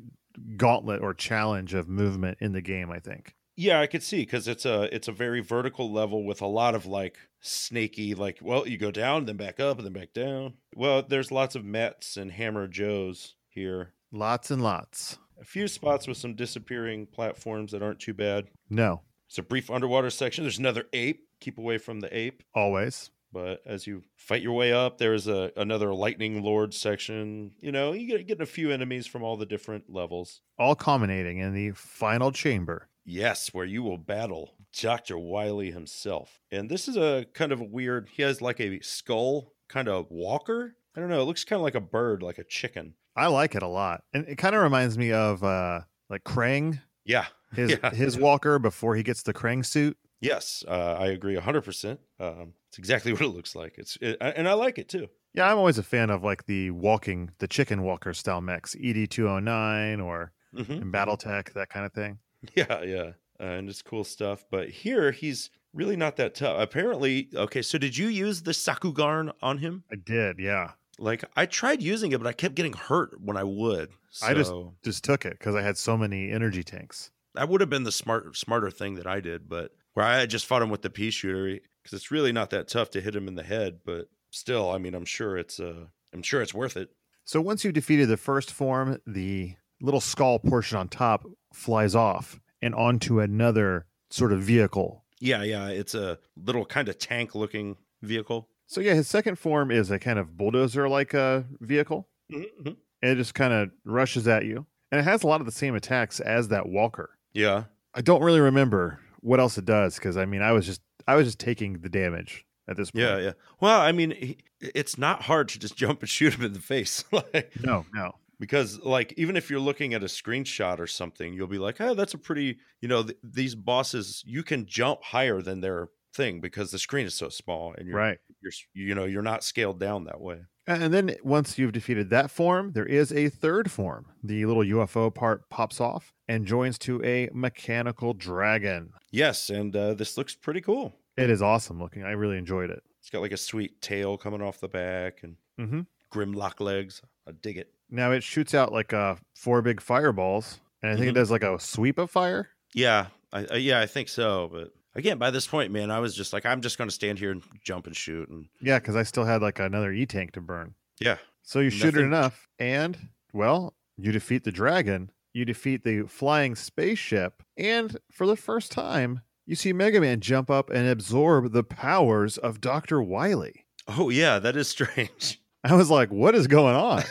A: gauntlet or challenge of movement in the game, I think.
B: yeah. I could see because it's a it's a very vertical level with a lot of like snaky like well you go down then back up and then back down. Well, there's lots of Mets and Hammer Joes here.
A: Lots and lots.
B: A few spots with some disappearing platforms that aren't too bad.
A: No,
B: It's a brief underwater section. There's another ape. Keep away from the ape.
A: always.
B: But as you fight your way up, there's a another lightning lord section. You know, you get getting a few enemies from all the different levels.
A: all culminating in the final chamber.
B: Yes, where you will battle Dr. Wiley himself. And this is a kind of a weird he has like a skull kind of walker. I don't know, it looks kind of like a bird, like a chicken.
A: I like it a lot, and it kind of reminds me of uh, like Krang,
B: Yeah.
A: his
B: Yeah.
A: his walker before he gets the Krang suit.
B: Yes, uh, I agree 100%. Um, it's exactly what it looks like. It's it, and I like it too.
A: Yeah, I'm always a fan of like the walking, the chicken walker style E mechs, ED209 or
B: Mm-hmm.
A: in BattleTech, that kind of thing.
B: Yeah, yeah. Uh, and it's cool stuff. But here, he's really not that tough. Apparently, okay, so did you use the Sakugarn on him?
A: I did, yeah.
B: Like, I tried using it, but I kept getting hurt when I would. So
A: I
B: I,
A: just- Just took it because I had so many energy tanks.
B: that would have been the smart, smarter thing that I did. But where I just fought him with the pea shooter, because it's really not that tough to hit him in the head. But still, I mean, I'm sure it's uh, I'm sure it's worth it.
A: So once you've defeated the first form, the little skull portion on top flies off and onto another sort of vehicle.
B: Yeah, yeah, it's a little kind of tank looking vehicle.
A: So yeah, his second form is a kind of bulldozer like uh, vehicle.
B: Mhm.
A: And it just kind of rushes at you. And it has a lot of the same attacks as that walker.
B: Yeah,
A: I don't really remember what else it does because I mean I was just I was just taking the damage at this point.
B: yeah, yeah. Well, I mean, he- it's not hard to just jump and shoot him in the face, like
A: No, no.
B: because like even if you're looking at a screenshot or something, you'll be like, oh, that's a pretty, you know, th- these bosses you can jump higher than their thing because the screen is so small and you're,
A: Right.
B: you're s- you know you're not scaled down that way.
A: And then once you've defeated that form, there is a third form. The little UFO part pops off and joins to a mechanical dragon.
B: Yes, and uh, this looks pretty cool.
A: It is awesome looking. I really enjoyed it.
B: It's got like a sweet tail coming off the back and
A: Mhm.
B: grimlock legs. I dig it.
A: Now it shoots out like uh, four big fireballs, and I think
B: Mhm.
A: it does like a sweep of fire.
B: Yeah, I, I, yeah, I think so. But again, by this point, man, I was just like, I'm just going to stand here and jump and shoot. And
A: Yeah, because I still had like another E tank to burn.
B: yeah,
A: So you shoot it
B: Nothing-
A: enough, and well, you defeat the dragon, you defeat the flying spaceship, and for the first time, you see Mega Man jump up and absorb the powers of Dr. Wily.
B: oh yeah, that is strange.
A: I was like, what is going on?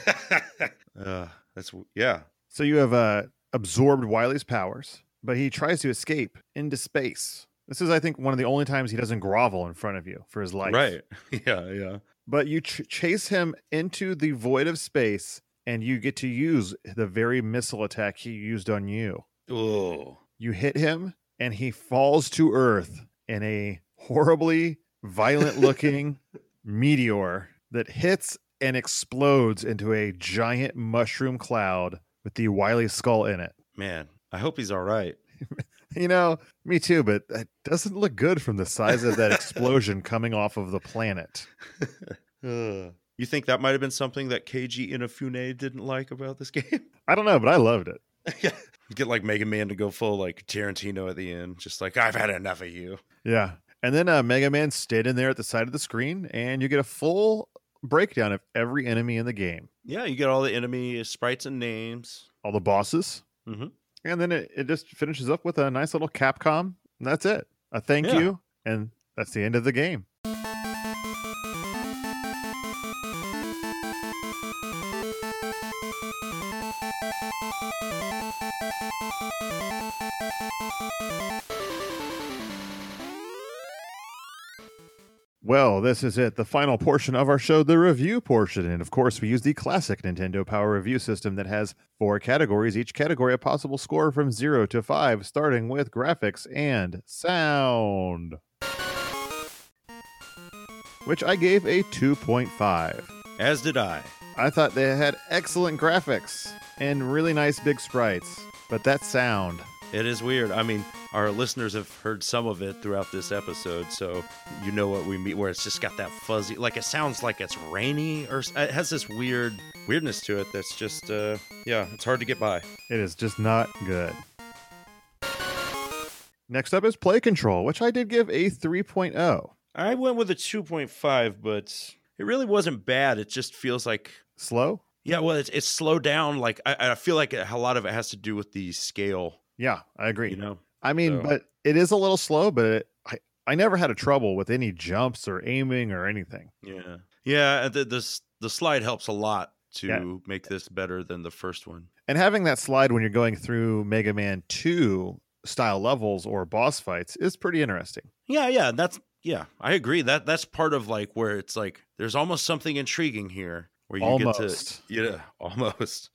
B: uh, that's yeah,
A: so you have uh, absorbed Wily's powers, but he tries to escape into space. This is, I think, one of the only times he doesn't grovel in front of you for his life.
B: right. Yeah, yeah.
A: but you ch- chase him into the void of space and you get to use the very missile attack he used on you.
B: Oh,
A: You hit him and he falls to earth in a horribly violent looking meteor that hits and explodes into a giant mushroom cloud with the Wily skull in it.
B: man, I hope he's all right.
A: You know, me too, but that doesn't look good from the size of that explosion coming off of the planet.
B: Ugh. You think that might have been something that KG Inafune didn't like about this game?
A: I don't know, but I loved it.
B: Get like Mega Man to go full like Tarantino at the end, just like I've had enough of you.
A: Yeah. And then uh, Mega Man standing there at the side of the screen, and you get a full breakdown of every enemy in the game,
B: Yeah, you get all the enemy sprites and names.
A: all the bosses.
B: Mhm.
A: And then it, it just finishes up with a nice little Capcom. And that's it. A thank
B: Yeah.
A: you. And that's the end of the game. Well, this is it, the final portion of our show, the review portion. And of course, we use the classic Nintendo Power Review system that has four categories, each category a possible score from 0 to 5, starting with graphics and sound, which I gave a 2.5.
B: As did I.
A: I thought they had excellent graphics and really nice big sprites, but that sound.
B: It is weird. I mean, our listeners have heard some of it throughout this episode, so you know what we mean. Where it's just got that fuzzy, like it sounds like it's rainy, or s- it has this weird weirdness to it. That's just, uh, yeah, it's hard to get by.
A: It is just not good. Next up is Play Control, which I did give a oh. 3.0
B: I went with a 2.5, but it really wasn't bad. It just feels like
A: slow.
B: yeah, well, it's it's slowed down. Like I, I feel like a lot of it has to do with the scale,
A: Yeah, I agree.
B: you know.
A: I mean,
B: so-
A: but it is a little slow, but it, I I never had a trouble with any jumps or aiming or anything.
B: Yeah, yeah. The the, s- the slide helps a lot to
A: Yeah.
B: make this better than the first one.
A: And having that slide when you're going through Mega Man 2 style levels or boss fights is pretty interesting.
B: Yeah, yeah, that's yeah, I agree. That that's part of like where it's like there's almost something intriguing here where you get to
A: Almost.
B: yeah, almost.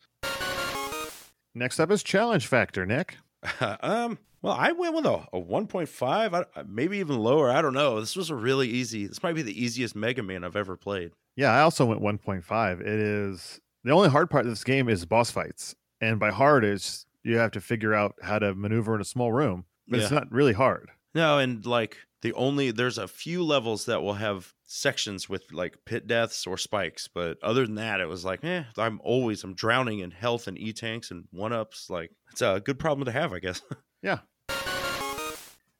A: Next up is Challenge Factor, Nick.
B: um, well, I went with a, a 1.5, I- maybe even lower. I don't know. This was a really easy. This might be the easiest Mega Man I've ever played.
A: Yeah, I also went 1.5. It is the only hard part of this game is boss fights. And by hard is you have to figure out how to maneuver in a small room, but it's
B: Yeah.
A: not really hard.
B: No, and like the only there's a few levels that will have sections with like pit deaths or spikes, but other than that, it was like, eh, I'm always I'm drowning in health and e tanks and one ups. Like it's a good problem to have, I guess.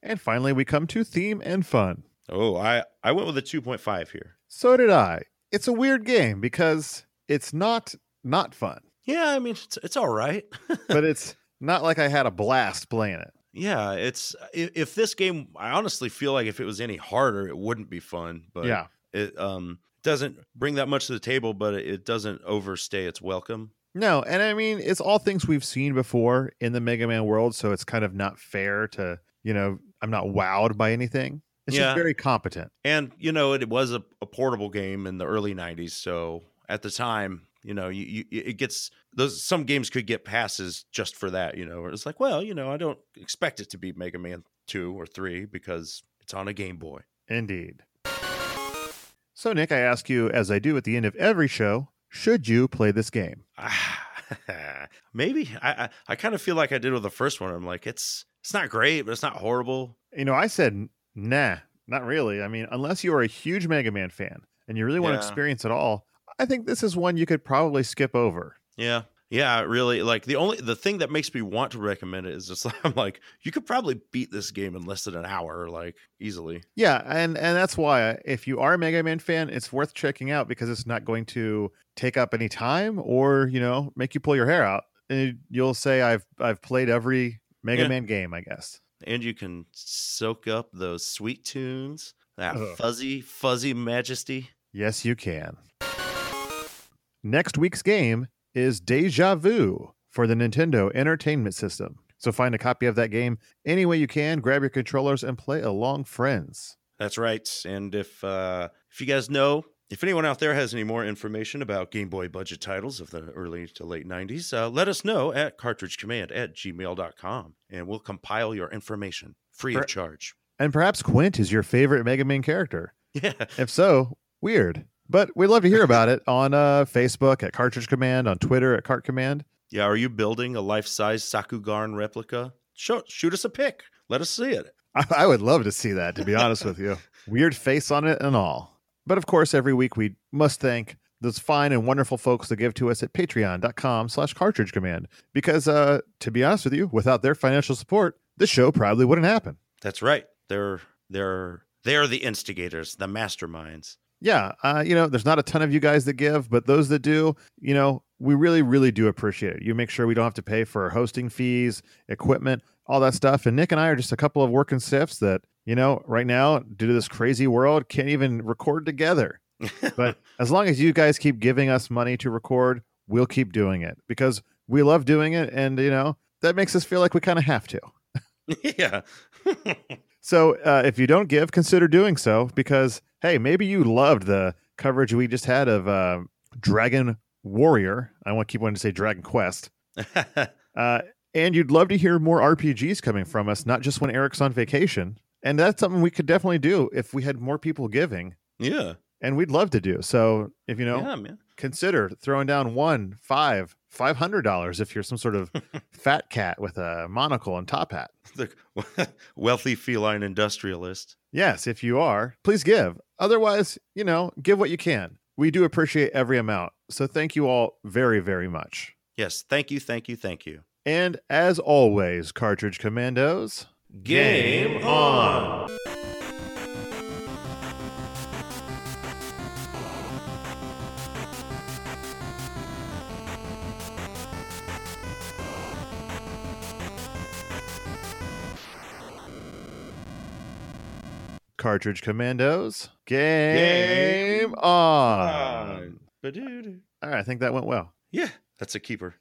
A: And finally, we come to theme and fun.
B: Oh, I I went with a 2.5 here.
A: So did I. It's a weird game because it's not not fun,
B: Yeah, I mean it's it's all right.
A: but it's not like I had a blast playing it.
B: yeah, it's if, if this game, I honestly feel like if it was any harder, it wouldn't be fun. But
A: yeah.
B: it um doesn't bring that much to the table, but it, it doesn't overstay its welcome.
A: No, and I mean it's all things we've seen before in the Mega Man world, so it's kind of not fair to, you know, I'm not wowed by anything. It's
B: Yeah.
A: just very competent.
B: And you know, it, was a, a portable game in the early '90s, so at the time, you know, you, you it gets those some games could get passes just for that. You know, where it's like, well, you know, I don't expect it to be Mega Man two or three because it's on a Game Boy.
A: Indeed. So Nick, I ask you as I do at the end of every show, should you play this game?
B: Ah, Maybe I I, I kind of feel like I did with the first one. I'm like, it's it's not great, but it's not horrible.
A: You know, I said nah, not really. I mean, unless you are a huge Mega Man fan and you really want
B: Yeah.
A: to experience it all, I think this is one you could probably skip over.
B: Yeah. Yeah, really. Like the only the thing that makes me want to recommend it is just like I'm like you could probably beat this game in less than an hour, like easily.
A: Yeah, and and that's why if you are a Mega Man fan, it's worth checking out because it's not going to take up any time or you know make you pull your hair out. And you'll say I've I've played every Mega
B: Yeah.
A: Man game, I guess.
B: and you can soak up those sweet tunes, that
A: Ugh.
B: fuzzy, fuzzy majesty.
A: Yes, you can. Next week's game is Deja Vu for the Nintendo Entertainment System. So find a copy of that game any way you can. Grab your controllers and play along, friends.
B: That's right. And if uh, if you guys know, if anyone out there has any more information about Game Boy budget titles of the early to late 90s, uh, let us know at cartridgecommand at gmail.com and we'll compile your information free
A: Per-
B: of charge.
A: And perhaps Quint is your favorite Mega Man character.
B: Yeah.
A: If so, weird. But we'd love to hear about it on uh, Facebook at Cartridge Command, on Twitter at Cart Command.
B: Yeah. Are you building a life size Sakugarn replica? Show, shoot us a pic. Let us see it.
A: I, I would love to see that, to be honest with you. Weird face on it and all. But of course, every week we must thank those fine and wonderful folks that give to us at patreon.com slash cartridge command. Because uh, to be honest with you, without their financial support, this show probably wouldn't happen.
B: That's right. They're they're they're the instigators, the masterminds.
A: yeah, uh, you know, there's not a ton of you guys that give, but those that do, you know, we really, really do appreciate it. You make sure we don't have to pay for hosting fees, equipment, all that stuff. And Nick and I are just a couple of working stiffs that, you know, right now, due to this crazy world, can't even record together. but as long as you guys keep giving us money to record, we'll keep doing it because we love doing it. And, you know, that makes us feel like we kind of have to.
B: yeah.
A: So uh, if you don't give, consider doing so because, hey, maybe you loved the coverage we just had of uh, Dragon Warrior. I want to keep wanting to say Dragon Quest. Uh, and you'd love to hear more RPGs coming from us, not just when Eric's on vacation. And that's something we could definitely do if we had more people giving.
B: yeah.
A: And we'd love to do. So if you know,
B: Yeah, man.
A: consider throwing down one, five, five hundred dollars if you're some sort of fat cat with a monocle and top hat.
B: The wealthy feline industrialist.
A: Yes, if you are, please give. Otherwise, you know, give what you can. We do appreciate every amount. So thank you all very, very much.
B: Yes. Thank you. Thank you. Thank you.
A: And as always, Cartridge Commandos.
B: Game on.
A: Cartridge Commandos. Game, on.
B: Ba-doo-doo.
A: All right, I think that went well.
B: Yeah. That's a keeper.